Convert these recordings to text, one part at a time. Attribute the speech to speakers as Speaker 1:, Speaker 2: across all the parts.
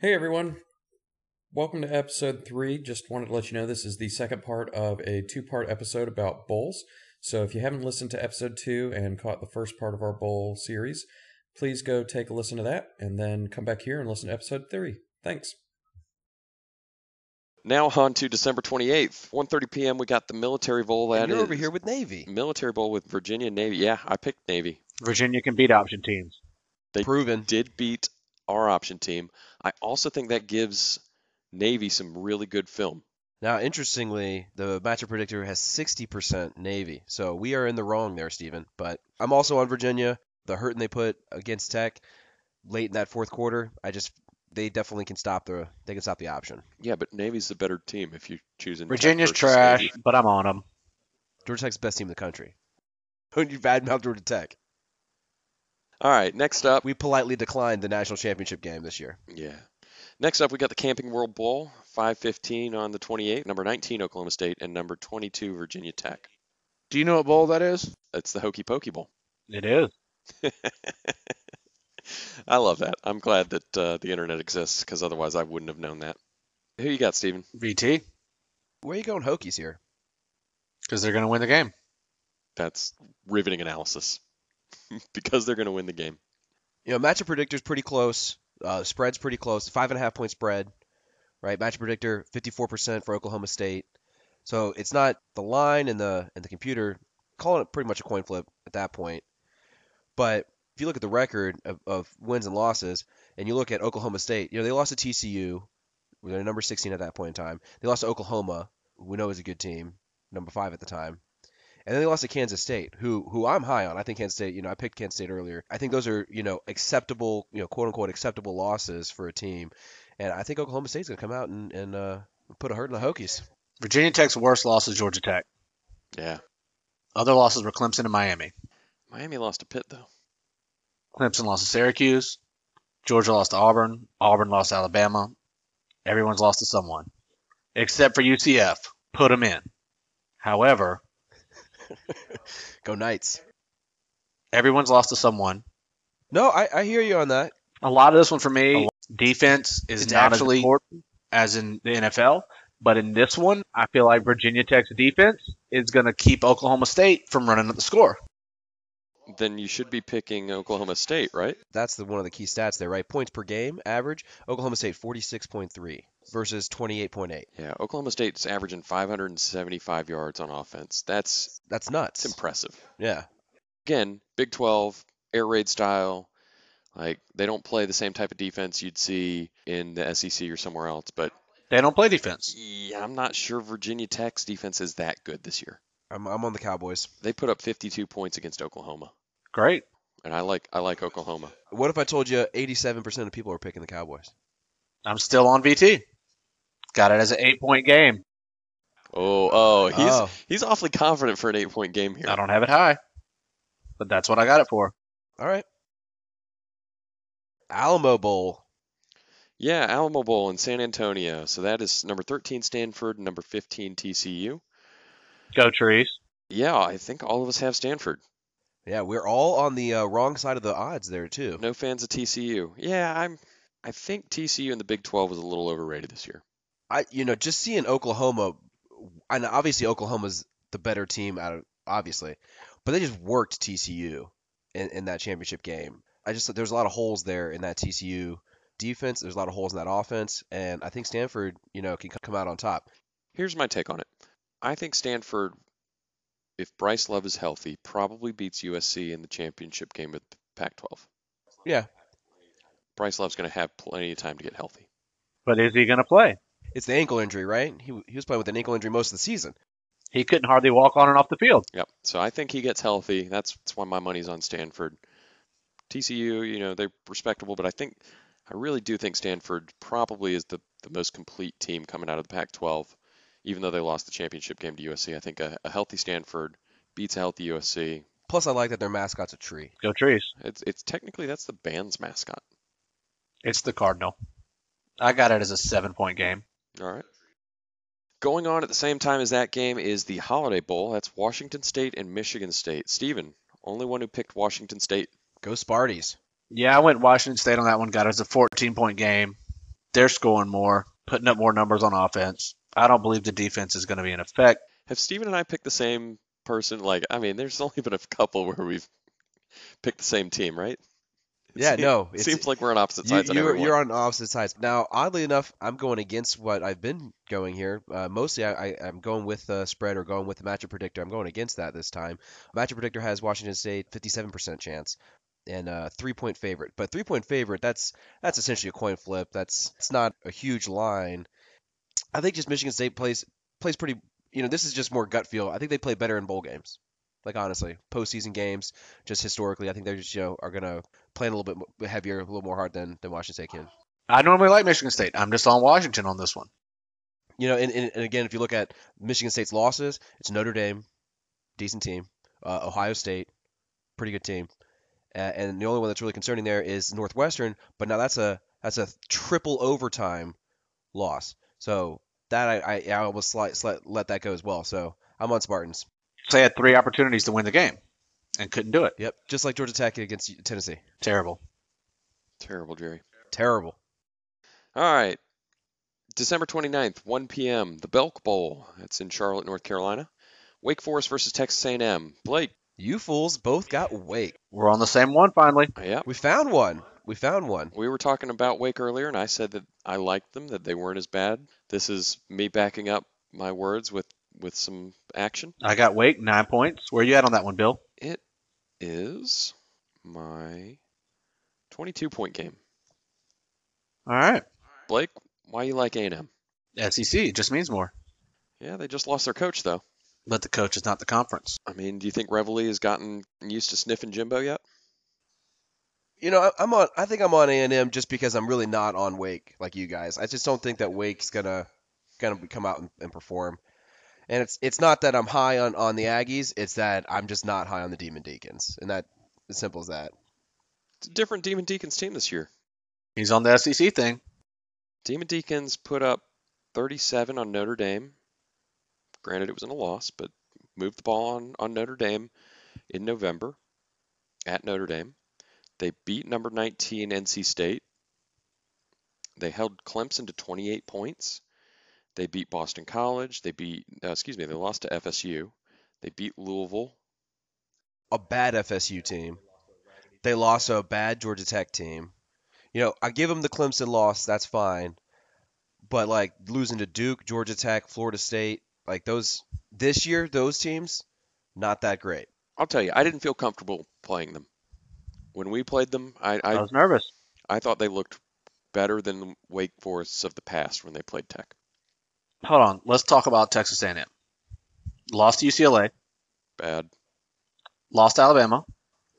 Speaker 1: Hey everyone. Welcome to episode three. Just wanted to let you know this is the second part of a two part episode about bowls. So if you haven't listened to episode two and caught the first part of our bowl series, please go take a listen to that and then come back here and listen to episode three. Thanks. Now on to December 28th, 1.30 p.m. We got the Military Bowl.
Speaker 2: And
Speaker 1: That
Speaker 2: you're
Speaker 1: is-
Speaker 2: over here with Navy.
Speaker 1: Military Bowl with Virginia Navy. Yeah, I picked Navy.
Speaker 3: Virginia can beat option teams.
Speaker 1: They
Speaker 2: Proven.
Speaker 1: did beat our option team. I also think that gives Navy some really good film.
Speaker 2: Now, interestingly, the matchup predictor has 60% Navy, so we are in the wrong there, Steven. But I'm also on Virginia. The hurting they put against Tech late in that fourth quarter, I just they definitely can stop the they can stop the option.
Speaker 1: Yeah, but Navy's the better team if you choose.
Speaker 3: Virginia's trash, but I'm on them.
Speaker 2: Georgia Tech's best team in the country. When you badmouth Georgia Tech,
Speaker 1: All right, next up,
Speaker 2: we politely declined the national championship game this year.
Speaker 1: yeah, next up we got the Camping World Bowl, 5:15 on the 28th. Number 19 Oklahoma State and number 22 Virginia Tech.
Speaker 4: Do you know what bowl that is?
Speaker 1: That's the Hokey Pokey Bowl.
Speaker 3: It is.
Speaker 1: I love that. I'm glad that uh, the internet exists because otherwise I wouldn't have known that. Who you got, Steven?
Speaker 4: VT,
Speaker 2: Where are you going, Hokies here?
Speaker 4: because they're going to win the game.
Speaker 1: That's riveting analysis because they're going to win the game.
Speaker 2: You know, matchup predictor's pretty close. Uh, spread's pretty close. Five and a half point spread, right? Matchup predictor, 54% for Oklahoma State. So it's not the line and the and the computer calling it pretty much a coin flip at that point. But if you look at the record of, of wins and losses, and you look at Oklahoma State, you know they lost to TCU, they're number 16 at that point in time. They lost to Oklahoma, who we know is a good team, number five at the time. And then they lost to Kansas State, who who I'm high on. I think Kansas State, you know, I picked Kansas State earlier. I think those are, you know, acceptable, you know, quote unquote acceptable losses for a team. And I think Oklahoma State's gonna come out and, and uh, put a hurt on the Hokies.
Speaker 4: Virginia Tech's worst loss is Georgia Tech.
Speaker 1: Yeah,
Speaker 4: Other losses were Clemson and Miami.
Speaker 1: Miami lost to Pitt though.
Speaker 4: Clemson lost to Syracuse. Georgia lost to Auburn. Auburn lost to Alabama. Everyone's lost to someone, except for UCF. Put them in. However,
Speaker 2: Go Knights.
Speaker 4: everyone's lost to someone.
Speaker 2: No, I, I hear you on that.
Speaker 4: A lot of this one for me,
Speaker 3: lot.
Speaker 4: defense is
Speaker 3: It's
Speaker 4: not
Speaker 3: actually-
Speaker 4: as important as in the NFL. But in this one,
Speaker 3: I feel like Virginia Tech's defense.
Speaker 4: it's going to keep Oklahoma State from running up the score.
Speaker 1: Then you should be picking Oklahoma State, right?
Speaker 2: That's the one of the key stats there, right? Points per game average. Oklahoma State 46.3 versus 28.8.
Speaker 1: Yeah, Oklahoma State's averaging 575 yards on offense. That's
Speaker 2: That's
Speaker 1: it's
Speaker 2: nuts.
Speaker 1: impressive.
Speaker 2: Yeah.
Speaker 1: Again, Big 12 air raid style. Like they don't play the same type of defense you'd see in the SEC or somewhere else, but
Speaker 4: They don't play defense.
Speaker 1: yeah, I'm not sure Virginia Tech's defense is that good this year.
Speaker 2: I'm, I'm on the Cowboys.
Speaker 1: They put up 52 points against Oklahoma,
Speaker 4: Great.
Speaker 1: and I like I like Oklahoma.
Speaker 2: What if I told you 87% of people are picking the Cowboys?
Speaker 4: I'm still on VT. Got it as an eight point game.
Speaker 1: Oh, oh, he's
Speaker 2: Oh.
Speaker 1: he's awfully confident for an 8-point game here.
Speaker 4: I don't have it high, but that's what I got it for.
Speaker 2: All right. Alamo Bowl.
Speaker 1: Yeah, Alamo Bowl in San Antonio. So that is number 13 Stanford, number 15 TCU.
Speaker 3: Go trees.
Speaker 1: Yeah, I think all of us have Stanford.
Speaker 2: Yeah, we're all on the uh, wrong side of the odds there too.
Speaker 1: No fans of TCU. Yeah, I'm. I think TCU in the Big 12 was a little overrated this year.
Speaker 2: I, you know, just seeing Oklahoma, and obviously Oklahoma's the better team out of obviously, but they just worked TCU in, in that championship game. I just there's a lot of holes there in that TCU defense. There's a lot of holes in that offense, and I think Stanford, you know, can come out on top.
Speaker 1: Here's my take on it. I think Stanford, if Bryce Love is healthy, probably beats USC in the championship game with Pac-12.
Speaker 2: Yeah.
Speaker 1: Bryce Love's going to have plenty of time to get healthy.
Speaker 3: But is he going to play?
Speaker 2: It's the ankle injury, right? He he was playing with an ankle injury most of the season.
Speaker 3: He couldn't hardly walk on and off the field.
Speaker 1: Yep. So I think he gets healthy. That's, that's why my money's on Stanford. TCU, you know, they're respectable, but I think, I really do think Stanford probably is the, the most complete team coming out of the Pac 12. Even though they lost the championship game to USC, I think a, a healthy Stanford beats a healthy USC.
Speaker 2: Plus, I like that their mascot's a tree.
Speaker 3: Go trees.
Speaker 1: It's, it's technically that's the band's mascot.
Speaker 4: It's the Cardinal. I got it as a seven point game.
Speaker 1: All right. Going on at the same time as that game is the Holiday Bowl. That's Washington State and Michigan State. Steven, only one who picked Washington State.
Speaker 2: Go Sparties.
Speaker 4: Yeah, I went Washington State on that one. Got it as a 14 point game. They're scoring more, putting up more numbers on offense. I don't believe the defense is going to be in effect.
Speaker 1: Have Steven and I picked the same person? Like, I mean, there's only been a couple where we've picked the same team, right? It
Speaker 2: yeah,
Speaker 1: seem-
Speaker 2: no.
Speaker 1: It seems like we're on opposite
Speaker 2: you,
Speaker 1: sides on
Speaker 2: you're,
Speaker 1: everyone.
Speaker 2: you're on opposite sides. Now, oddly enough, I'm going against what I've been going here. Uh, mostly, I, I, I'm going with the spread or going with the matchup predictor. I'm going against that this time. Matchup predictor has Washington State 57% chance and a three point favorite. But three point favorite, that's that's essentially a coin flip. That's it's not a huge line. I think just Michigan State plays plays pretty. You know, this is just more gut feel. I think they play better in bowl games. Like honestly, postseason games, just historically, I think they're just you know are gonna play a little bit mo- heavier, a little more hard than than Washington State can.
Speaker 4: I normally like Michigan State. I'm just on Washington on this one.
Speaker 2: You know, and, and, and again, if you look at Michigan State's losses, it's Notre Dame, decent team, uh, Ohio State, pretty good team, uh, and the only one that's really concerning there is Northwestern. But now that's a that's a triple overtime loss. So that I I, I almost slight, slight, let that go as well. So I'm on Spartans.
Speaker 4: So they had three opportunities to win the game and couldn't do it.
Speaker 2: Yep, just like Georgia Tech against Tennessee.
Speaker 4: Terrible.
Speaker 1: Terrible, Jerry.
Speaker 2: Terrible.
Speaker 1: All right. December 29th, 1 p.m., the Belk Bowl. That's in Charlotte, North Carolina. Wake Forest versus Texas A&M. Blake,
Speaker 2: You fools both got Wake.
Speaker 4: We're on the same one finally.
Speaker 1: yeah,
Speaker 2: We found one. We found one.
Speaker 1: we were talking about Wake earlier, and I said that I liked them, that they weren't as bad. This is me backing up my words with, with some action.
Speaker 4: I got Wake nine points. Where you at on that one, Bill?
Speaker 1: It is my 22 point game.
Speaker 4: All right.
Speaker 1: Blake, why you like A&M?
Speaker 4: SEC it just means more,
Speaker 1: Yeah, they just lost their coach though.
Speaker 4: but the coach is not the conference.
Speaker 1: I mean, do you think Reveille has gotten used to sniffing Jimbo yet?
Speaker 2: You know, I- I'm on. I think I'm on A and M just because I'm really not on Wake like you guys. I just don't think that Wake's gonna gonna be- come out and, and perform. And it's it's not that I'm high on on the Aggies. It's that I'm just not high on the Demon Deacons, and that as simple as that.
Speaker 1: It's a different Demon Deacons team this year.
Speaker 4: He's on the SEC thing.
Speaker 1: Demon Deacons put up 37 on Notre Dame. Granted, it was in a loss, but moved the ball on, on Notre Dame in November at Notre Dame. They beat number 19 NC State. They held Clemson to 28 points. They beat Boston College. They beat, uh, excuse me, they lost to FSU. They beat Louisville.
Speaker 2: A bad FSU team. They lost to a bad Georgia Tech team. You know, I give them the Clemson loss. That's fine, but like losing to Duke, Georgia Tech, Florida State, like those this year, those teams, not that great.
Speaker 1: I'll tell you, I didn't feel comfortable playing them. When we played them, I,
Speaker 3: I
Speaker 1: I
Speaker 3: was nervous.
Speaker 1: I thought they looked better than the Wake Forests of the past when they played Tech.
Speaker 4: Hold on. Let's talk about Texas A&M. Lost to UCLA.
Speaker 1: Bad.
Speaker 4: Lost to Alabama.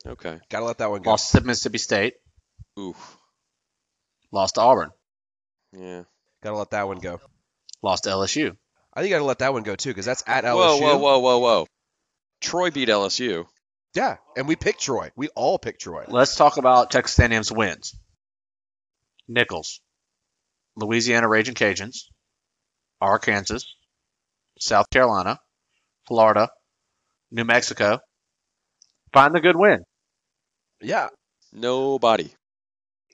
Speaker 1: Okay.
Speaker 2: Gotta let that one go.
Speaker 4: Lost to Mississippi State.
Speaker 1: Oof.
Speaker 4: Lost to Auburn.
Speaker 1: Yeah.
Speaker 2: Gotta let that one go.
Speaker 4: Lost to LSU.
Speaker 2: I think I gotta let that one go too, because that's at LSU.
Speaker 1: Whoa, whoa, whoa, whoa, whoa. Troy beat LSU.
Speaker 2: Yeah, and we picked Troy. We all picked Troy.
Speaker 4: Let's talk about Texas A&M's wins. Nichols, Louisiana Raging Cajuns, Arkansas, South Carolina, Florida, New Mexico.
Speaker 3: Find the good win.
Speaker 2: Yeah,
Speaker 1: Nobody.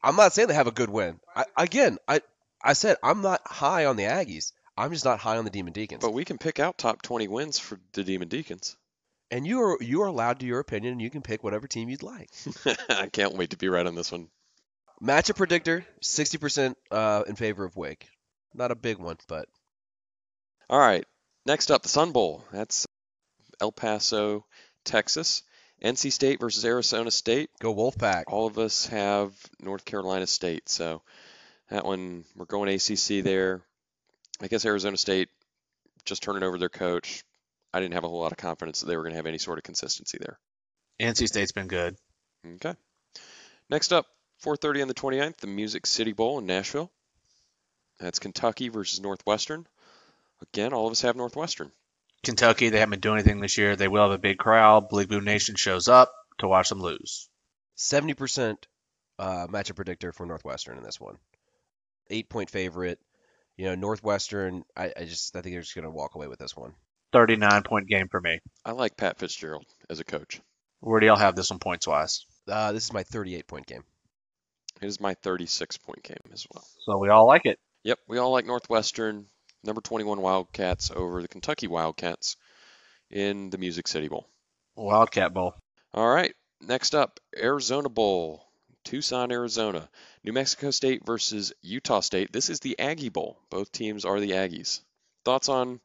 Speaker 2: I'm not saying they have a good win. I, again, I I said I'm not high on the Aggies. I'm just not high on the Demon Deacons.
Speaker 1: But we can pick out top 20 wins for the Demon Deacons.
Speaker 2: and you are you are allowed to your opinion, and you can pick whatever team you'd like.
Speaker 1: I can't wait to be right on this one.
Speaker 2: Matchup predictor, 60% uh, in favor of Wake. Not a big one, but
Speaker 1: All right. Next up, the Sun Bowl. That's El Paso, Texas. NC State versus Arizona State.
Speaker 2: go Wolfpack.
Speaker 1: all of us have North Carolina State, so that one we're going ACC there. I guess Arizona State just turning over their coach. I didn't have a whole lot of confidence that they were going to have any sort of consistency there.
Speaker 4: NC State's been good.
Speaker 1: Okay. Next up, 4:30 on the 29th, the Music City Bowl in Nashville. That's Kentucky versus Northwestern. Again, all of us have Northwestern.
Speaker 4: Kentucky, they haven't been doing anything this year. They will have a big crowd. Blue Blue Nation shows up to watch them lose.
Speaker 2: 70% uh, matchup predictor for Northwestern in this one. Eight point favorite. You know, Northwestern, I, I just I think they're just going to walk away with this one.
Speaker 4: 39 point game for me.
Speaker 1: I like Pat Fitzgerald as a coach.
Speaker 4: Where do y'all have this one points wise?
Speaker 2: Uh, this is my 38 point game.
Speaker 1: It is my 36 point game as well.
Speaker 4: So we all like it.
Speaker 1: Yep, we all like Northwestern, number 21 Wildcats over the Kentucky Wildcats in the Music City Bowl.
Speaker 4: Wildcat Bowl.
Speaker 1: All right, next up, Arizona Bowl, Tucson, Arizona. New Mexico State versus Utah State. This is the Aggie Bowl. Both teams are the Aggies. Thoughts on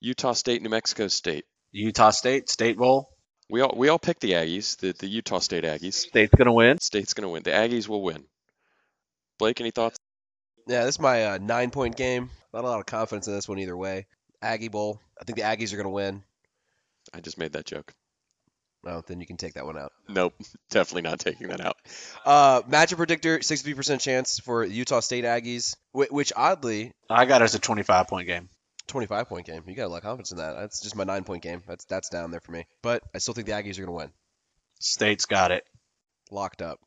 Speaker 1: Utah State, New Mexico State?
Speaker 4: Utah State, State Bowl.
Speaker 1: We all we all picked the Aggies, the, the Utah State Aggies.
Speaker 3: State's gonna win.
Speaker 1: State's going to win. The Aggies will win. Blake, any thoughts?
Speaker 2: Yeah, this is my uh, nine point game. Not a lot of confidence in this one either way. Aggie Bowl. I think the Aggies are going to win.
Speaker 1: I just made that joke.
Speaker 2: Oh, then you can take that one out.
Speaker 1: Nope, definitely not taking that out.
Speaker 2: Uh, matchup predictor, 63% chance for Utah State Aggies, whi- which oddly,
Speaker 4: I got it as a 25 point game.
Speaker 2: 25 point game. You got a lot of confidence in that. That's just my nine point game. That's that's down there for me. But I still think the Aggies are going to win.
Speaker 4: State's got it.
Speaker 2: Locked up.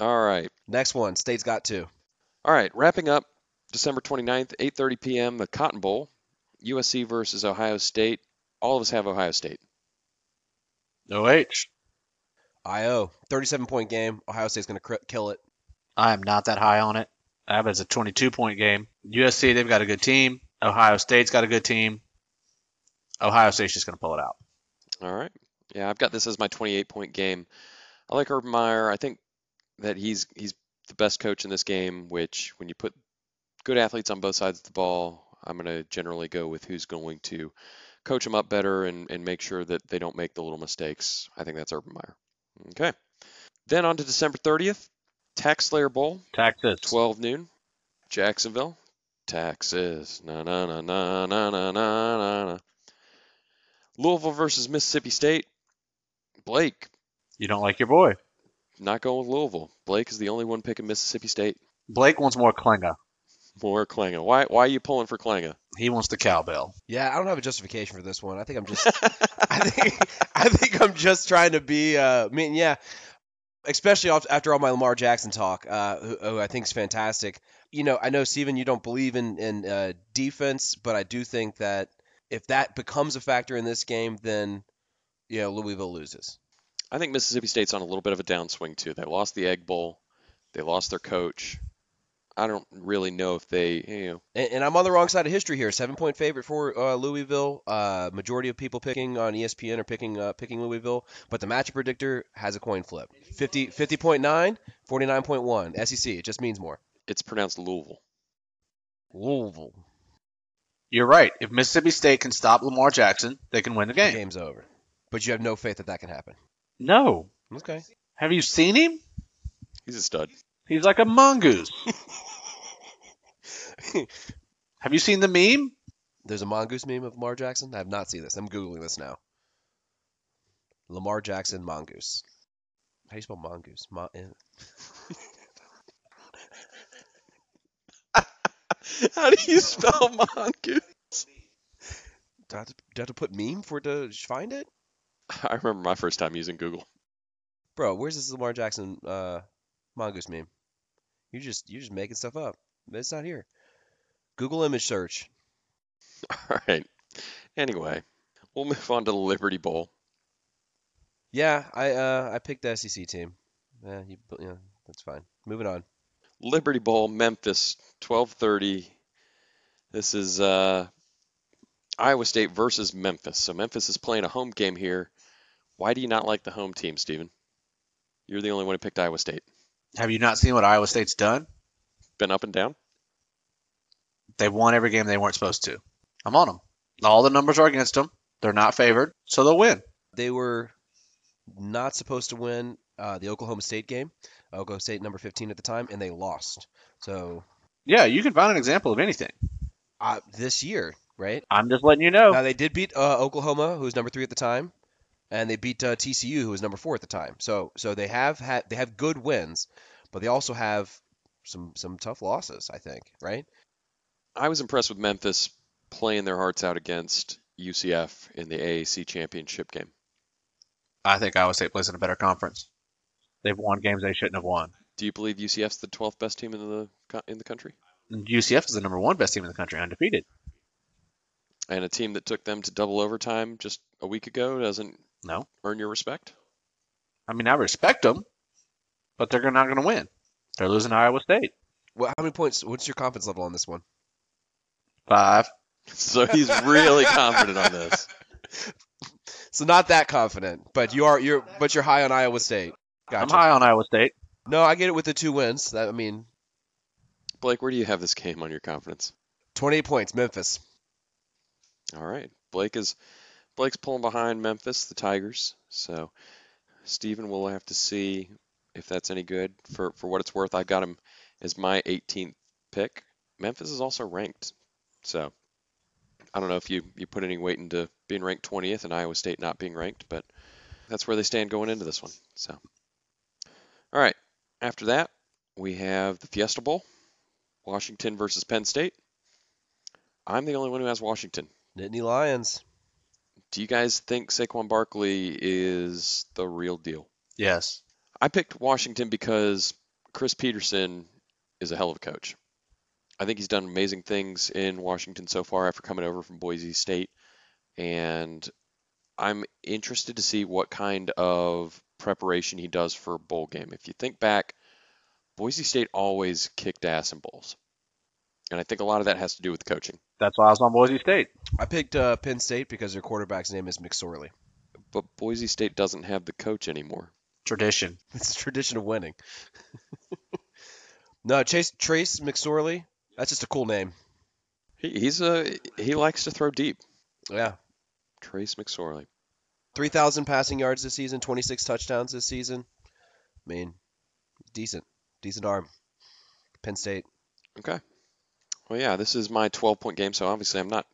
Speaker 1: All right.
Speaker 2: Next one, State's got two.
Speaker 1: All right, wrapping up December 29th, 8:30 p.m., the Cotton Bowl, USC versus Ohio State. All of us have Ohio State.
Speaker 4: OH.
Speaker 2: IO, 37 point game. Ohio State's going to cr- kill it.
Speaker 4: I am not that high on it. I have it as a 22 point game. USC, they've got a good team. Ohio State's got a good team. Ohio State's just going to pull it out.
Speaker 1: All right. Yeah, I've got this as my 28-point game. I like Urban Meyer. I think that he's he's the best coach in this game, which when you put good athletes on both sides of the ball, I'm going to generally go with who's going to coach them up better and, and make sure that they don't make the little mistakes. I think that's Urban Meyer. Okay. Then on to December 30th, Tax Slayer Bowl.
Speaker 4: Texas.
Speaker 1: 12 noon, Jacksonville, Texas. Na na na na na na na na. na. Louisville versus Mississippi State. Blake,
Speaker 4: You don't like your boy.
Speaker 1: not going with Louisville. Blake is the only one picking Mississippi State.
Speaker 4: Blake wants more Klinga.
Speaker 1: More Klanga. Why why are you pulling for Klanga?
Speaker 4: He wants the cowbell.
Speaker 2: Yeah, I don't have a justification for this one. I think I'm just I think I think I'm just trying to be. Uh, I mean, yeah, especially off, after all my Lamar Jackson talk, uh, who, who I think is fantastic. You know, I know Steven, you don't believe in in uh, defense, but I do think that if that becomes a factor in this game, then you know Louisville loses.
Speaker 1: I think Mississippi State's on a little bit of a downswing too. They lost the Egg Bowl. They lost their coach. I don't really know if they, you know,
Speaker 2: And, and I'm on the wrong side of history here. Seven point favorite for uh, Louisville. Uh, majority of people picking on ESPN are picking uh, picking Louisville, but the matchup predictor has a coin flip 50, 50.9, 49.1. SEC, E it just means more.
Speaker 1: it's pronounced Louisville.
Speaker 2: Louisville.
Speaker 4: You're right. If Mississippi State can stop Lamar Jackson, they can win the
Speaker 2: The
Speaker 4: game.
Speaker 2: game's over. But you have no faith that that can happen.
Speaker 4: No.
Speaker 2: Okay.
Speaker 4: Have you seen him?
Speaker 1: He's a stud.
Speaker 4: He's like a mongoose. Have you seen the meme?
Speaker 2: There's a mongoose meme of Lamar Jackson. I have not seen this. I'm Googling this now. Lamar Jackson mongoose. How do you spell mongoose? Mon- eh.
Speaker 1: How do you spell mongoose?
Speaker 2: do, I have to, do I have to put meme for it to sh- find it?
Speaker 1: I remember my first time using Google.
Speaker 2: Bro, where's this Lamar Jackson uh, mongoose meme? You just you're just making stuff up. It's not here. Google image search.
Speaker 1: All right. Anyway, we'll move on to the Liberty Bowl.
Speaker 2: Yeah, I uh, I picked the SEC team. Yeah, you, yeah, that's fine. Moving on.
Speaker 1: Liberty Bowl, Memphis, 12:30. This is uh, Iowa State versus Memphis. So Memphis is playing a home game here. Why do you not like the home team, Steven? You're the only one who picked Iowa State.
Speaker 4: Have you not seen what Iowa State's done?
Speaker 1: Been up and down.
Speaker 4: They won every game they weren't supposed to. I'm on them. All the numbers are against them. They're not favored, so they'll win.
Speaker 2: they were not supposed to win uh, the Oklahoma State game. Oklahoma State number 15 at the time, and they lost. So
Speaker 4: Yeah, you can find an example of anything.
Speaker 2: uh, this year, right?
Speaker 3: I'm just letting you know.
Speaker 2: Now they did beat uh, Oklahoma, who was number three at the time, and they beat uh, TCU, who was number four at the time. So so they have had they have good wins, but they also have some some tough losses. I think, right?
Speaker 1: I was impressed with Memphis playing their hearts out against UCF in the AAC championship game.
Speaker 4: I think Iowa State plays in a better conference. They've won games they shouldn't have won.
Speaker 1: Do you believe UCF's the 12th best team in the co- in the country?
Speaker 4: And UCF is the number one best team in the country, undefeated.
Speaker 1: And a team that took them to double overtime just a week ago doesn't
Speaker 4: No.
Speaker 1: earn your respect?
Speaker 4: I mean, I respect them, but they're not going to win. They're losing to Iowa State.
Speaker 2: Well, how many points? What's your confidence level on this one?
Speaker 4: Five.
Speaker 1: So he's really confident on this.
Speaker 2: So not that confident, but you are you're but you're high on Iowa State. Gotcha.
Speaker 4: I'm high on Iowa State.
Speaker 2: No, I get it with the two wins. That I mean,
Speaker 1: Blake, where do you have this game on your confidence?
Speaker 2: 28 points, Memphis.
Speaker 1: All right. Blake is Blake's pulling behind Memphis, the Tigers. So Steven will have to see if that's any good. For for what it's worth, I've got him as my 18th pick. Memphis is also ranked. So I don't know if you, you put any weight into being ranked 20th and Iowa State not being ranked, but that's where they stand going into this one. So all right. After that, we have the Fiesta Bowl, Washington versus Penn State. I'm the only one who has Washington.
Speaker 2: Nittany Lions.
Speaker 1: Do you guys think Saquon Barkley is the real deal?
Speaker 4: Yes.
Speaker 1: I picked Washington because Chris Peterson is a hell of a coach. I think he's done amazing things in Washington so far after coming over from Boise State. And I'm interested to see what kind of preparation he does for a bowl game. If you think back, Boise State always kicked ass in bowls. And I think a lot of that has to do with the coaching.
Speaker 4: That's why I was on Boise State.
Speaker 2: I picked uh, Penn State because their quarterback's name is McSorley.
Speaker 1: But Boise State doesn't have the coach anymore.
Speaker 4: Tradition.
Speaker 2: It's a tradition of winning. no, Chase Trace McSorley. That's just a cool name.
Speaker 1: He, he's a he likes to throw deep.
Speaker 2: Yeah,
Speaker 1: Trace McSorley.
Speaker 2: 3,000 passing yards this season, 26 touchdowns this season. I mean, decent, decent arm. Penn State.
Speaker 1: Okay. Well, yeah, this is my 12-point game, so obviously I'm not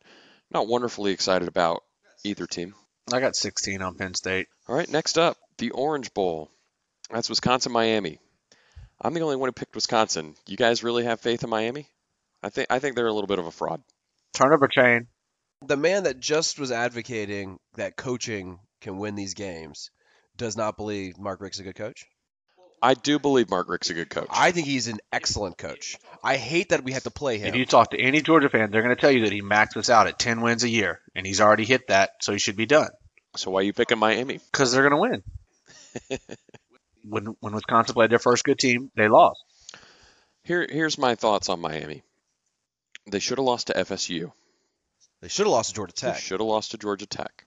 Speaker 1: not wonderfully excited about either team.
Speaker 4: I got 16 on Penn State.
Speaker 1: All right, next up, the Orange Bowl. That's Wisconsin Miami. I'm the only one who picked Wisconsin. You guys really have faith in Miami? I think I think they're a little bit of a fraud.
Speaker 4: Turnover chain.
Speaker 2: The man that just was advocating that coaching can win these games does not believe Mark Rick's a good coach.
Speaker 1: I do believe Mark Rick's a good coach.
Speaker 2: I think he's an excellent coach. I hate that we have to play
Speaker 4: If
Speaker 2: him.
Speaker 4: you talk to any Georgia fan, they're going to tell you that he maxes out at 10 wins a year, and he's already hit that, so he should be done
Speaker 1: So why are you picking Miami?
Speaker 4: because they're going to win. when when Wisconsin played their first good team, they lost.
Speaker 1: Here here's my thoughts on Miami. They should have lost to FSU.
Speaker 2: they should have lost to Georgia
Speaker 1: They
Speaker 2: Tech.
Speaker 1: should have lost to Georgia Tech.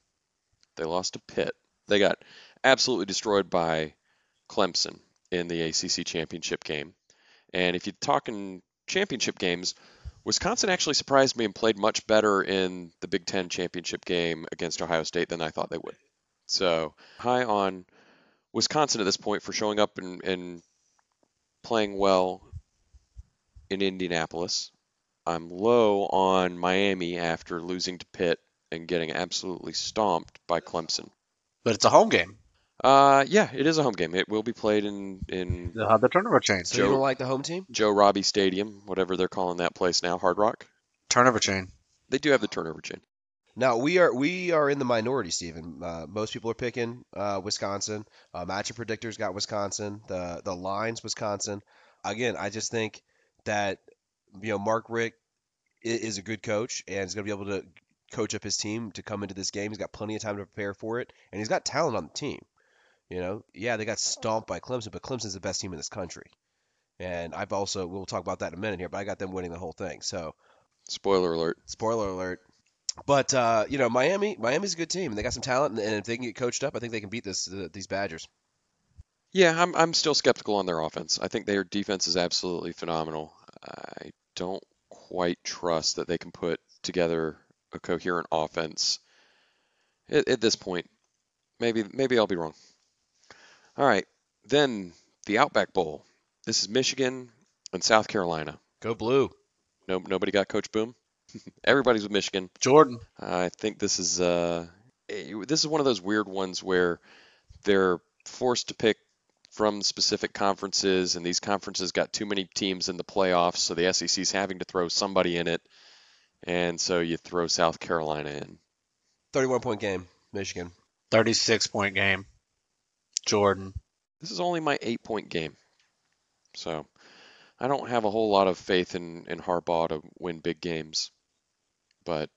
Speaker 1: They lost to Pitt. They got absolutely destroyed by Clemson in the ACC championship game. And if you're talking championship games, Wisconsin actually surprised me and played much better in the Big Ten championship game against Ohio State than I thought they would. So high on Wisconsin at this point for showing up and, and playing well in Indianapolis. I'm low on Miami after losing to Pitt and getting absolutely stomped by Clemson.
Speaker 4: But it's a home game.
Speaker 1: Uh, yeah, it is a home game. It will be played in in
Speaker 4: They'll have the turnover chain.
Speaker 2: So
Speaker 1: Joe-
Speaker 2: you don't like the home team?
Speaker 1: Joe Robbie Stadium, whatever they're calling that place now, Hard Rock.
Speaker 4: Turnover chain.
Speaker 1: They do have the turnover chain.
Speaker 2: Now we are we are in the minority, Stephen. Uh, most people are picking uh, Wisconsin. Uh, matchup predictors got Wisconsin. The the lines Wisconsin. Again, I just think that you know Mark Rick i- is a good coach and is going to be able to coach up his team to come into this game. He's got plenty of time to prepare for it, and he's got talent on the team. You know, yeah, they got stomped by Clemson, but Clemson's the best team in this country. And I've also we'll talk about that in a minute here, but I got them winning the whole thing. So
Speaker 1: Spoiler alert.
Speaker 2: spoiler alert. But uh, you know, Miami, Miami's a good team, and they got some talent, and, and if they can get coached up, I think they can beat this th these Badgers.
Speaker 1: Yeah, I'm I'm still skeptical on their offense. I think their defense is absolutely phenomenal. I don't quite trust that they can put together a coherent offense at, at this point. Maybe maybe I'll be wrong. All right, then the Outback Bowl. This is Michigan and South Carolina.
Speaker 2: Go blue.
Speaker 1: No, nobody got Coach Boom. Everybody's with Michigan.
Speaker 4: Jordan.
Speaker 1: I think this is uh, eh, this is one of those weird ones where they're forced to pick from specific conferences, and these conferences got too many teams in the playoffs, so the SEC's having to throw somebody in it, and so you throw South Carolina in.
Speaker 2: Thirty-one point game, Michigan.
Speaker 4: 36 point game. Jordan.
Speaker 1: This is only my eight-point game, so I don't have a whole lot of faith in in Harbaugh to win big games, but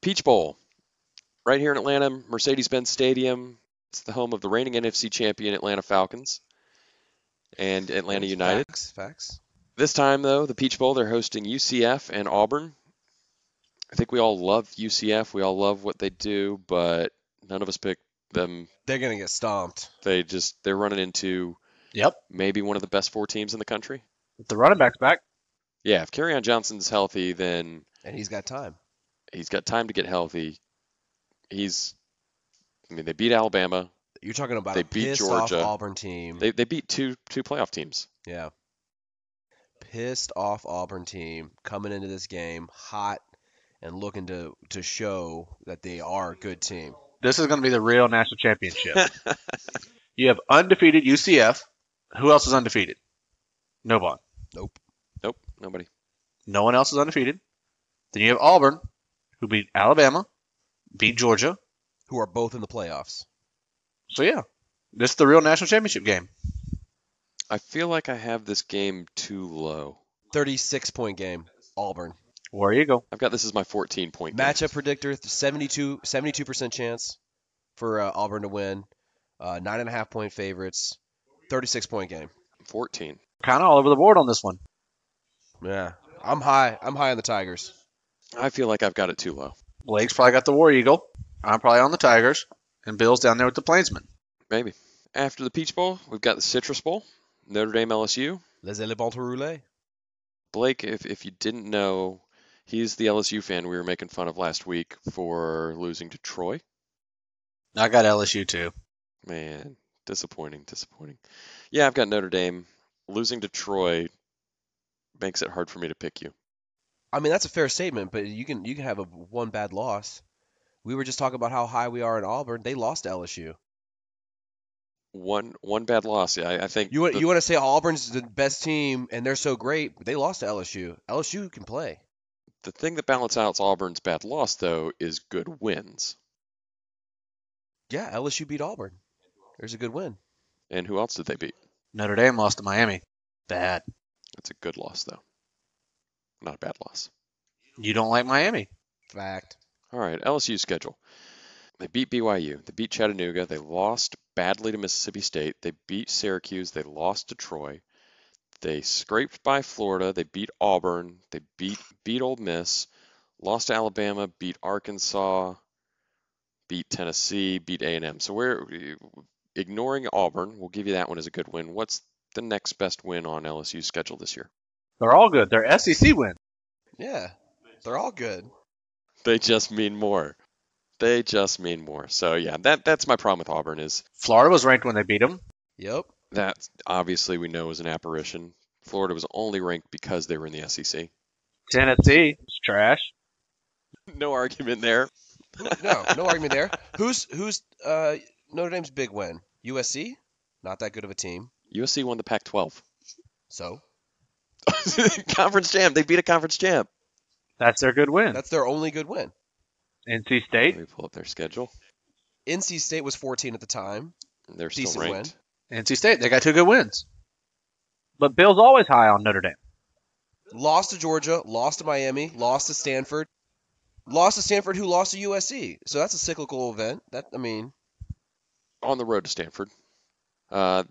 Speaker 1: Peach Bowl, right here in Atlanta, Mercedes-Benz Stadium. It's the home of the reigning NFC champion Atlanta Falcons. and Atlanta United.
Speaker 2: Facts. Facts.
Speaker 1: This time, though, the Peach Bowl, they're hosting UCF and Auburn. I think we all love UCF. We all love what they do, but none of us picked them.
Speaker 2: They're gonna get stomped.
Speaker 1: They just, they're running into
Speaker 4: Yep.
Speaker 1: maybe one of the best four teams in the country.
Speaker 4: The running back's back.
Speaker 1: Yeah, if Carryon Johnson's healthy, then
Speaker 2: And he's got time.
Speaker 1: he's got time to get healthy. He's, I mean, they beat Alabama.
Speaker 2: You're talking about
Speaker 1: They
Speaker 2: a
Speaker 1: beat
Speaker 2: pissed
Speaker 1: Georgia.
Speaker 2: off Auburn team.
Speaker 1: They, they beat two two playoff teams.
Speaker 2: yeah. Pissed off Auburn team coming into this game hot and looking to to show that they are a good team.
Speaker 4: This is going to be the real national championship. you have undefeated UCF. Who else is undefeated? Nobody.
Speaker 1: Nope, nobody.
Speaker 4: No one else is undefeated. Then you have Auburn, who beat Alabama, beat Georgia.
Speaker 2: Who are both in the playoffs.
Speaker 4: So yeah, this is the real national championship game.
Speaker 1: I feel like I have this game too low.
Speaker 2: 36 point game. Auburn.
Speaker 4: Where you go?
Speaker 1: I've got this as my 14 point game.
Speaker 2: Matchup predictor 72 percent chance for uh, Auburn to win. Uh, nine and a half point favorites. 36 point game.
Speaker 1: 14.
Speaker 4: Kind of all over the board on this one.
Speaker 2: Yeah. I'm high. I'm high on the Tigers.
Speaker 1: I feel like I've got it too low.
Speaker 4: Blake's probably got the War Eagle. I'm probably on the Tigers, and Bill's down there with the Plainsmen.
Speaker 1: Maybe. After the Peach Bowl, we've got the Citrus Bowl, Notre Dame LSU.
Speaker 2: Les éléments roulés.
Speaker 1: Blake, if, if you didn't know, he's the LSU fan we were making fun of last week for losing to Troy.
Speaker 4: I got LSU too.
Speaker 1: Man, disappointing, disappointing. Yeah, I've got Notre Dame. Losing to Troy makes it hard for me to pick you.
Speaker 2: I mean, that's a fair statement, but you can you can have a one bad loss. We were just talking about how high we are in Auburn. They lost to LSU.
Speaker 1: One one bad loss. Yeah, I, I think
Speaker 2: You want
Speaker 1: the-
Speaker 2: you want to say Auburn's the best team and they're so great, but they lost to LSU. LSU can play.
Speaker 1: the thing that balances out Auburn's bad loss though is good wins.
Speaker 2: Yeah, LSU beat Auburn. There's a good win.
Speaker 1: And who else did they beat?
Speaker 4: Notre Dame lost to Miami. Bad.
Speaker 1: That's a good loss though. Not a bad loss.
Speaker 4: You don't like Miami.
Speaker 2: Fact.
Speaker 1: All right, LSU schedule. They beat BYU. They beat Chattanooga. They lost badly to Mississippi State. They beat Syracuse. They lost to Troy. They scraped by Florida. They beat Auburn. They beat beat Ole Miss. Lost to Alabama. Beat Arkansas. Beat Tennessee. Beat A&M. So we're ignoring Auburn. We'll give you that one as a good win. What's the next best win on LSU's schedule this year?
Speaker 4: They're all good. E They're SEC wins.
Speaker 2: Yeah. They're all good.
Speaker 1: They just mean more. They just mean more. So yeah, that that's my problem with Auburn is
Speaker 4: Florida was ranked when they beat them.
Speaker 2: Yep.
Speaker 1: that obviously we know is an apparition. Florida was only ranked because they were in the E SEC.
Speaker 4: Tennessee is trash.
Speaker 1: No argument there.
Speaker 2: No, no argument there. Who's who's uh, Notre Dame's big win? USC? Not that good of a team.
Speaker 1: USC won the Pac-12.
Speaker 2: So
Speaker 1: conference champ. They beat a conference champ.
Speaker 4: That's their good win.
Speaker 2: that's their only good win.
Speaker 4: NC
Speaker 1: Let
Speaker 4: State.
Speaker 1: me pull up their schedule.
Speaker 2: NC State was 14 at the time.
Speaker 1: They're still
Speaker 2: Decent win.
Speaker 1: ranked.
Speaker 4: NC State. They got two good wins. But Bill's always high on Notre Dame.
Speaker 2: Lost to Georgia, lost to Miami, lost to Stanford, lost to Stanford, who lost to USC. So that's a cyclical event. That I mean,
Speaker 1: On the road to Stanford. Uh,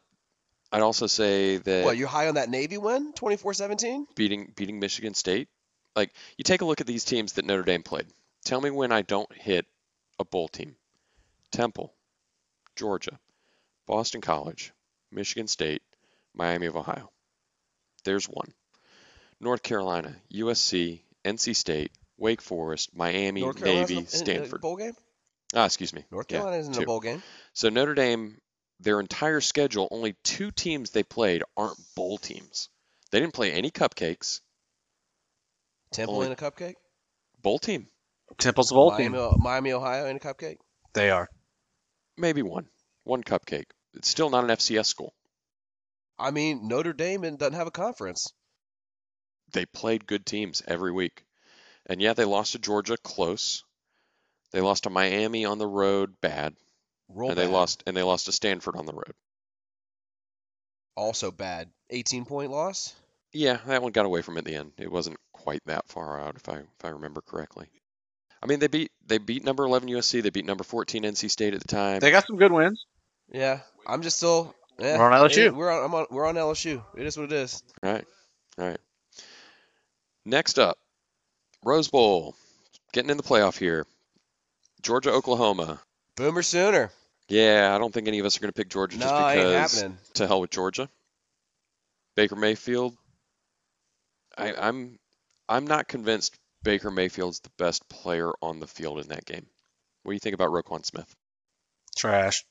Speaker 1: I'd also say that
Speaker 2: what you're high on that Navy win, 24-17.
Speaker 1: beating beating Michigan State. Like you take a look at these teams that Notre Dame played. Tell me when I don't hit a bowl team. Temple, Georgia, Boston College, Michigan State, Miami of Ohio. There's one. North Carolina, USC, NC State, Wake Forest, Miami,
Speaker 2: North Carolina's in a-
Speaker 1: Navy,
Speaker 2: in a
Speaker 1: Stanford.
Speaker 2: bowl game.
Speaker 1: Ah, excuse me.
Speaker 2: North
Speaker 1: Yeah,
Speaker 2: Carolina is in
Speaker 1: two.
Speaker 2: a bowl game.
Speaker 1: So Notre Dame, their entire schedule, only two teams they played aren't bowl teams. They didn't play any cupcakes.
Speaker 2: Temple
Speaker 1: Only-
Speaker 2: in a cupcake.
Speaker 1: Bowl team.
Speaker 4: Temple's a bowl
Speaker 2: Miami,
Speaker 4: team.
Speaker 2: Miami, Ohio in a cupcake.
Speaker 4: They are.
Speaker 1: maybe one, one cupcake. It's still not an FCS school.
Speaker 2: I mean, Notre Dame and doesn't have a conference.
Speaker 1: They played good teams every week. And yeah, they lost to Georgia close. They lost to Miami on the road bad,
Speaker 2: Roll
Speaker 1: and they
Speaker 2: bad.
Speaker 1: lost and they lost to Stanford on the road.
Speaker 2: Also bad. 18 point loss.
Speaker 1: Yeah, that one got away from it at the end. It wasn't quite that far out if I if I remember correctly. I mean, they beat they beat number 11 USC, they beat number 14 NC State at the time.
Speaker 4: They got some good wins.
Speaker 2: Yeah, I'm just still Yeah,
Speaker 4: We're on LSU.
Speaker 2: it- we're on, I'm on, we're on LSU. It is what it is.
Speaker 1: All right. All right. Next up, Rose Bowl. Getting in the playoff here. Georgia, Oklahoma.
Speaker 2: Boomer sooner.
Speaker 1: Yeah, I don't think any of us are going to pick Georgia
Speaker 2: No,
Speaker 1: just
Speaker 2: ain't
Speaker 1: because.
Speaker 2: happening.
Speaker 1: To hell with Georgia. Baker Mayfield. I, I'm I'm not convinced Baker Mayfield's the best player on the field in that game. What do you think about Roquan Smith?
Speaker 4: Trash.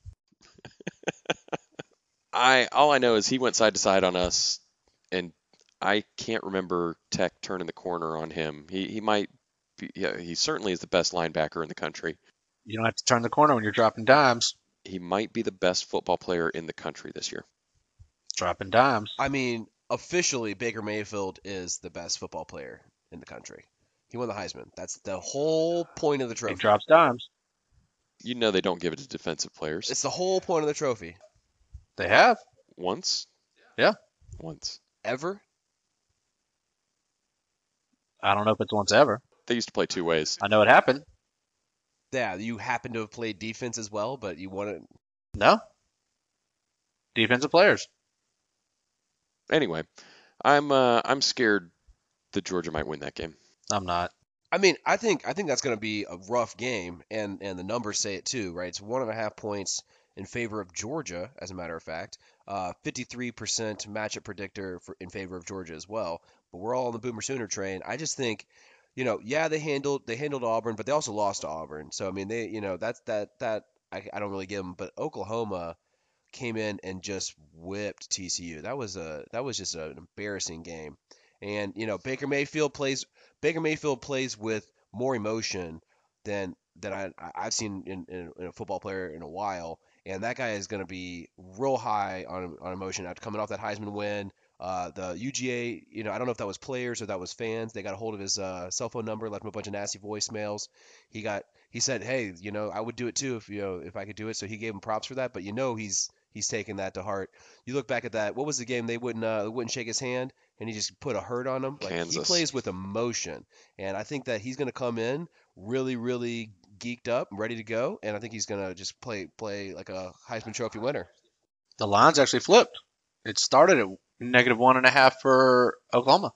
Speaker 1: I all I know is he went side to side on us, and I can't remember Tech turning the corner on him. He he might, be, yeah, he certainly is the best linebacker in the country.
Speaker 4: You don't have to turn the corner when you're dropping dimes.
Speaker 1: He might be the best football player in the country this year.
Speaker 4: Dropping dimes.
Speaker 2: I mean, officially, Baker Mayfield is the best football player in the country. He won the Heisman. That's the whole point of the
Speaker 4: He
Speaker 2: trophy.
Speaker 4: drops dimes.
Speaker 1: You know they don't give it to defensive players
Speaker 2: It's the whole point of the trophy.
Speaker 4: They have.
Speaker 1: once.
Speaker 4: Yeah.
Speaker 1: once.
Speaker 2: Ever?
Speaker 4: I don't know if it's once ever.
Speaker 1: They used to play two ways.
Speaker 4: I know it happened.
Speaker 2: Yeah, you happen to have played defense as well, but you want to.
Speaker 4: No. Defensive players.
Speaker 1: Anyway, I'm uh, I'm scared that Georgia might win that game.
Speaker 4: I'm not.
Speaker 2: I mean, I think I think that's going to be a rough game, and and the numbers say it too, right? It's one and a half points in favor of Georgia, as a matter of fact. Uh, Fifty-three percent matchup predictor for, in favor of Georgia as well. But we're all on the Boomer Sooner train. I just think, you know, yeah, they handled they handled Auburn, but they also lost to Auburn. So I mean, they, you know, that's that that I, I don't really give them. But Oklahoma came in and just whipped TCU. That was a that was just an embarrassing game. And you know, Baker Mayfield plays Baker Mayfield plays with more emotion than than I, I- I've seen in, in, in a football player in a while, and that guy is going to be real high on on emotion after coming off that Heisman win. Uh, the UGA, you know, I don't know if that was players or that was fans. They got a hold of his uh, cell phone number, left him a bunch of nasty voicemails. He got he said, hey, you know, I would do it too if you know if I could do it. So he gave him props for that, but you know he's he's taking that to heart. You look back at that. What was the game they wouldn't uh, wouldn't shake his hand? and he just put a hurt on him. Like he
Speaker 1: Kansas.
Speaker 2: plays with emotion, and I think that he's going to come in really, really geeked up, ready to go, and I think he's going to just play play like a Heisman Trophy winner.
Speaker 4: The line's actually flipped. It started at negative one and a half for Oklahoma.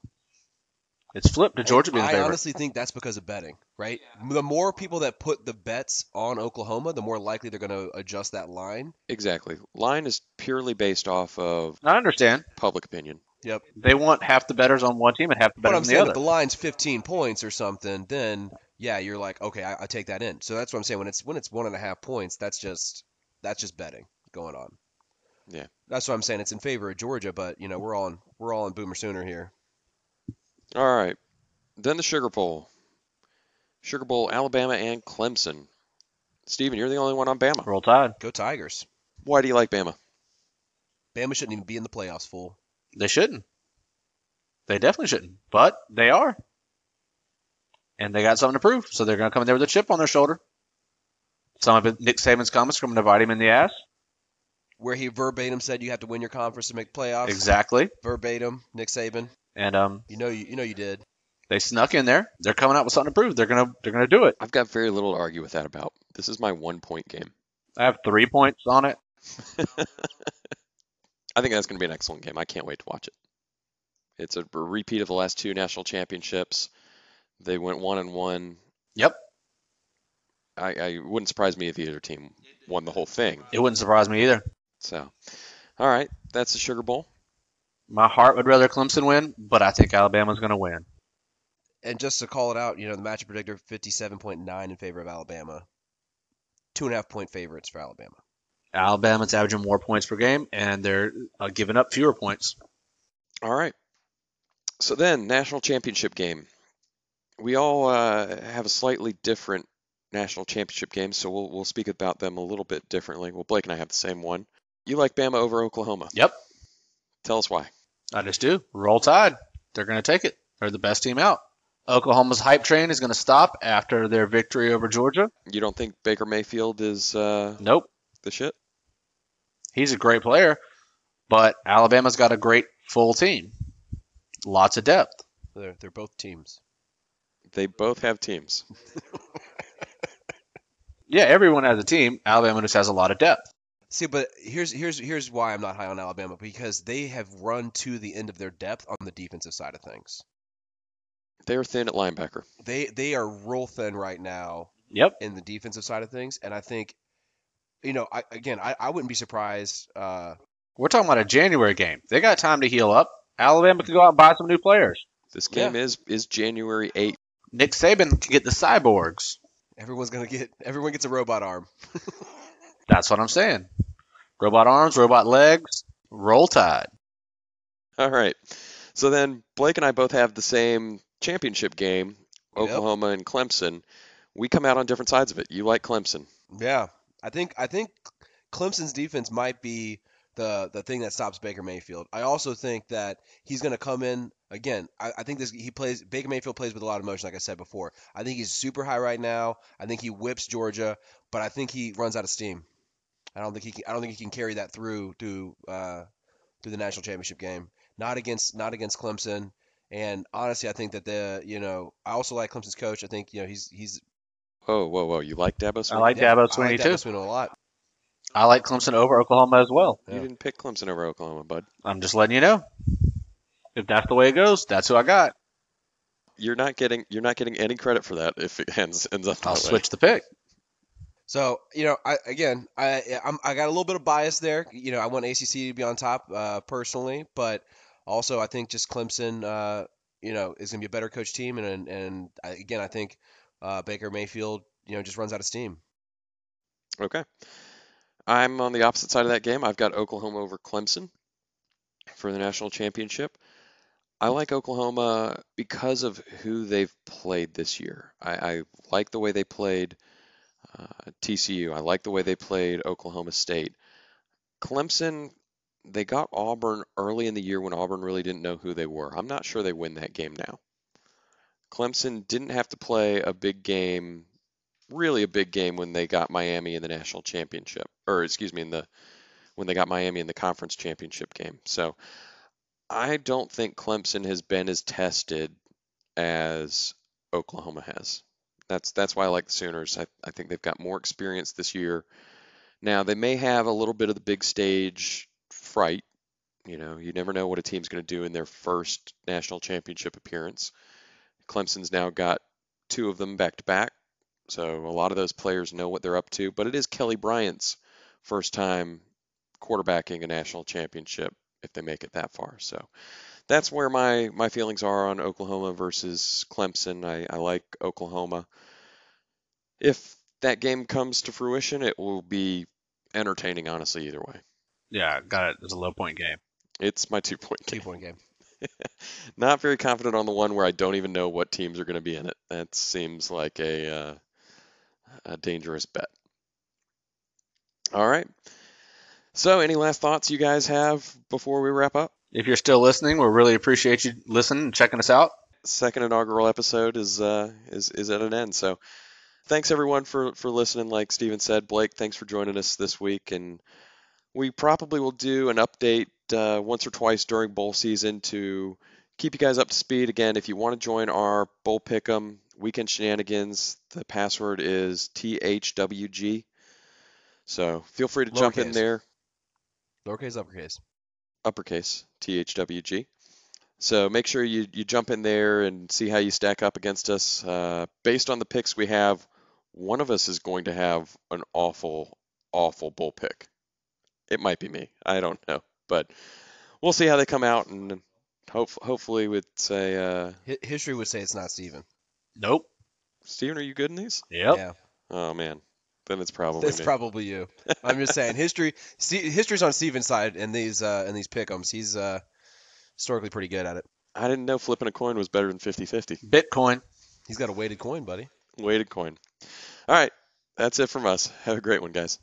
Speaker 4: It's flipped to Georgia being the
Speaker 2: I
Speaker 4: favorite.
Speaker 2: honestly think that's because of betting, right? The more people that put the bets on Oklahoma, the more likely they're going to adjust that line.
Speaker 1: Exactly. Line is purely based off of
Speaker 4: I understand.
Speaker 1: public opinion.
Speaker 2: Yep.
Speaker 4: They want half the betters on one team and half the
Speaker 2: But I'm
Speaker 4: betters on the
Speaker 2: saying
Speaker 4: other.
Speaker 2: if the line's 15 points or something, then yeah, you're like, okay, I, I take that in. So that's what I'm saying. When it's when it's one and a half points, that's just that's just betting going on.
Speaker 1: Yeah.
Speaker 2: that's what I'm saying. It's in favor of Georgia, but you know we're all in, we're all in Boomer Sooner here.
Speaker 1: All right. Then the Sugar Bowl. Sugar Bowl, Alabama and Clemson. Steven, you're the only one on Bama.
Speaker 4: Roll Tide.
Speaker 2: Go Tigers!
Speaker 1: Why do you like Bama?
Speaker 2: Bama shouldn't even be in the playoffs, fool.
Speaker 4: They shouldn't. They definitely shouldn't. But they are. And they got something to prove. So they're going to come in there with a chip on their shoulder. Some of it, Nick Saban's comments are going to bite him in the ass.
Speaker 2: Where he verbatim said you have to win your conference to make playoffs.
Speaker 4: Exactly.
Speaker 2: Verbatim, Nick Saban.
Speaker 4: And um,
Speaker 2: You know you, you know you did.
Speaker 4: they snuck in there. They're coming out with something to prove. They're going to they're going to do it.
Speaker 1: I've got very little to argue with that about. This is my one point game.
Speaker 4: I have three points on it.
Speaker 1: I think that's going to be an excellent game. I can't wait to watch it. It's a repeat of the last two national championships. They went one and one.
Speaker 4: Yep.
Speaker 1: I, I wouldn't surprise me if the other team won the whole thing.
Speaker 4: It wouldn't surprise me either.
Speaker 1: So, all right, that's the Sugar Bowl.
Speaker 4: My heart would rather Clemson win, but I think Alabama's going to win.
Speaker 2: And just to call it out, you know the matchup predictor 57.9 in favor of Alabama. Two and a half point favorites for Alabama.
Speaker 4: Alabama's averaging more points per game, and they're uh, giving up fewer points.
Speaker 1: All right. So then, national championship game. We all uh, have a slightly different national championship game, so we'll we'll speak about them a little bit differently. Well, Blake and I have the same one. You like Bama over Oklahoma?
Speaker 4: Yep.
Speaker 1: Tell us why.
Speaker 4: I just do. Roll Tide. They're going to take it. They're the best team out. Oklahoma's hype train is going to stop after their victory over Georgia.
Speaker 1: You don't think Baker Mayfield is uh,
Speaker 4: Nope.
Speaker 1: the shit?
Speaker 4: He's a great player, but Alabama's got a great full team. Lots of depth.
Speaker 2: They're they're both teams.
Speaker 1: They both have teams.
Speaker 4: Yeah, everyone has a team. Alabama just has a lot of depth.
Speaker 2: See, but here's here's here's why I'm not high on Alabama because they have run to the end of their depth on the defensive side of things.
Speaker 1: They're thin at linebacker.
Speaker 2: They they are real thin right now
Speaker 4: Yep.
Speaker 2: in the defensive side of things, and I think, you know, I, again, I, I wouldn't be surprised. Uh,
Speaker 4: We're talking about a January game. They got time to heal up.
Speaker 3: Alabama could go out and buy some new players.
Speaker 1: This game is is January 8th.
Speaker 4: Nick Saban can get the cyborgs.
Speaker 2: everyone's gonna get everyone gets a robot arm.
Speaker 4: That's what I'm saying. Robot arms, robot legs, roll tide.
Speaker 1: All right. So then Blake and I both have the same championship game,
Speaker 2: Yep.
Speaker 1: Oklahoma and Clemson. We come out on different sides of it. You like Clemson.
Speaker 2: Yeah, I think I think Clemson's defense might be the the thing that stops Baker Mayfield. I also think that he's going to come in again. I, I think this he plays Baker Mayfield plays with a lot of motion, like I said before. I think he's super high right now. I think he whips Georgia, but I think he runs out of steam. I don't think he can, I don't think he can carry that through to uh, through the national championship game. Not against not against Clemson. And honestly, I think that the you know I also like Clemson's coach. I think you know he's he's
Speaker 1: Whoa, whoa, whoa. You like Dabo
Speaker 3: I
Speaker 1: Swinney?
Speaker 3: like
Speaker 2: yeah,
Speaker 3: Dabo
Speaker 2: I
Speaker 3: Sweeney
Speaker 2: like
Speaker 3: too.
Speaker 2: Dabo Sweeney a lot.
Speaker 4: I like Clemson over Oklahoma as well.
Speaker 1: You
Speaker 2: Yeah.
Speaker 1: didn't pick Clemson over Oklahoma, bud.
Speaker 4: I'm just letting you know. If that's the way it goes, that's who I got.
Speaker 1: You're not getting you're not getting any credit for that if it ends ends up that
Speaker 4: I'll
Speaker 1: way.
Speaker 4: switch the pick.
Speaker 2: So you know, I again, I I'm, I got a little bit of bias there. You know, I want ACC to be on top uh, personally, but also I think just Clemson, uh, you know, is going to be a better coach team, and and, and I, again, I think uh, Baker Mayfield, you know, just runs out of steam.
Speaker 1: Okay. I'm on the opposite side of that game. I've got Oklahoma over Clemson for the national championship. I like Oklahoma because of who they've played this year. I, I like the way they played uh, TCU. I like the way they played Oklahoma State. Clemson, they got Auburn early in the year when Auburn really didn't know who they were. I'm not sure they win that game now. Clemson didn't have to play a big game really a big game when they got Miami in the national championship, or excuse me, in the when they got Miami in the conference championship game. So I don't think Clemson has been as tested as Oklahoma has. That's that's why I like the Sooners. I, I think they've got more experience this year. Now they may have a little bit of the big stage fright. You know, you never know what a team's going to do in their first national championship appearance. Clemson's now got two of them back to back. So a lot of those players know what they're up to, but it is Kelly Bryant's first time quarterbacking a national championship if they make it that far. So that's where my, my feelings are on Oklahoma versus Clemson. I, I like Oklahoma. If that game comes to fruition, it will be entertaining, honestly, either way.
Speaker 4: Yeah, got it. It's a low point game.
Speaker 1: It's my two point
Speaker 2: Two
Speaker 1: game.
Speaker 2: point game.
Speaker 1: Not very confident on the one where I don't even know what teams are going to be in it. That seems like a uh, a dangerous bet. All right. So, any last thoughts you guys have before we wrap up?
Speaker 4: If you're still listening, we really appreciate you listening and checking us out.
Speaker 1: Second inaugural episode is uh, is is at an end. So, thanks everyone for for listening. Like Steven said, Blake, thanks for joining us this week, and we probably will do an update uh, once or twice during bowl season to keep you guys up to speed. Again, if you want to join our bowl pick'em weekend shenanigans, the password is THWG. So feel free to jump in
Speaker 2: Lowercase.
Speaker 1: there,
Speaker 2: Lowercase, uppercase.
Speaker 1: uppercase THWG. So make sure you you jump in there and see how you stack up against us. Uh, based on the picks we have, one of us is going to have an awful, awful bull pick. It might be me. I don't know, but we'll see how they come out, and hope, hopefully with say, uh,
Speaker 2: Hi- history would say it's not Steven.
Speaker 4: Nope.
Speaker 1: Steven, are you good in these?
Speaker 4: Yep.
Speaker 2: Yeah,
Speaker 1: Oh man, then it's probably
Speaker 2: that's
Speaker 1: me.
Speaker 2: probably you. I'm just saying history. See, history's on Steven's side in these uh, in these pickums. He's uh, historically pretty good at it.
Speaker 1: I didn't know flipping a coin was better than 50-50.
Speaker 4: Bitcoin.
Speaker 2: He's got a weighted coin, buddy.
Speaker 1: Weighted coin. All right, that's it from us. Have a great one, guys.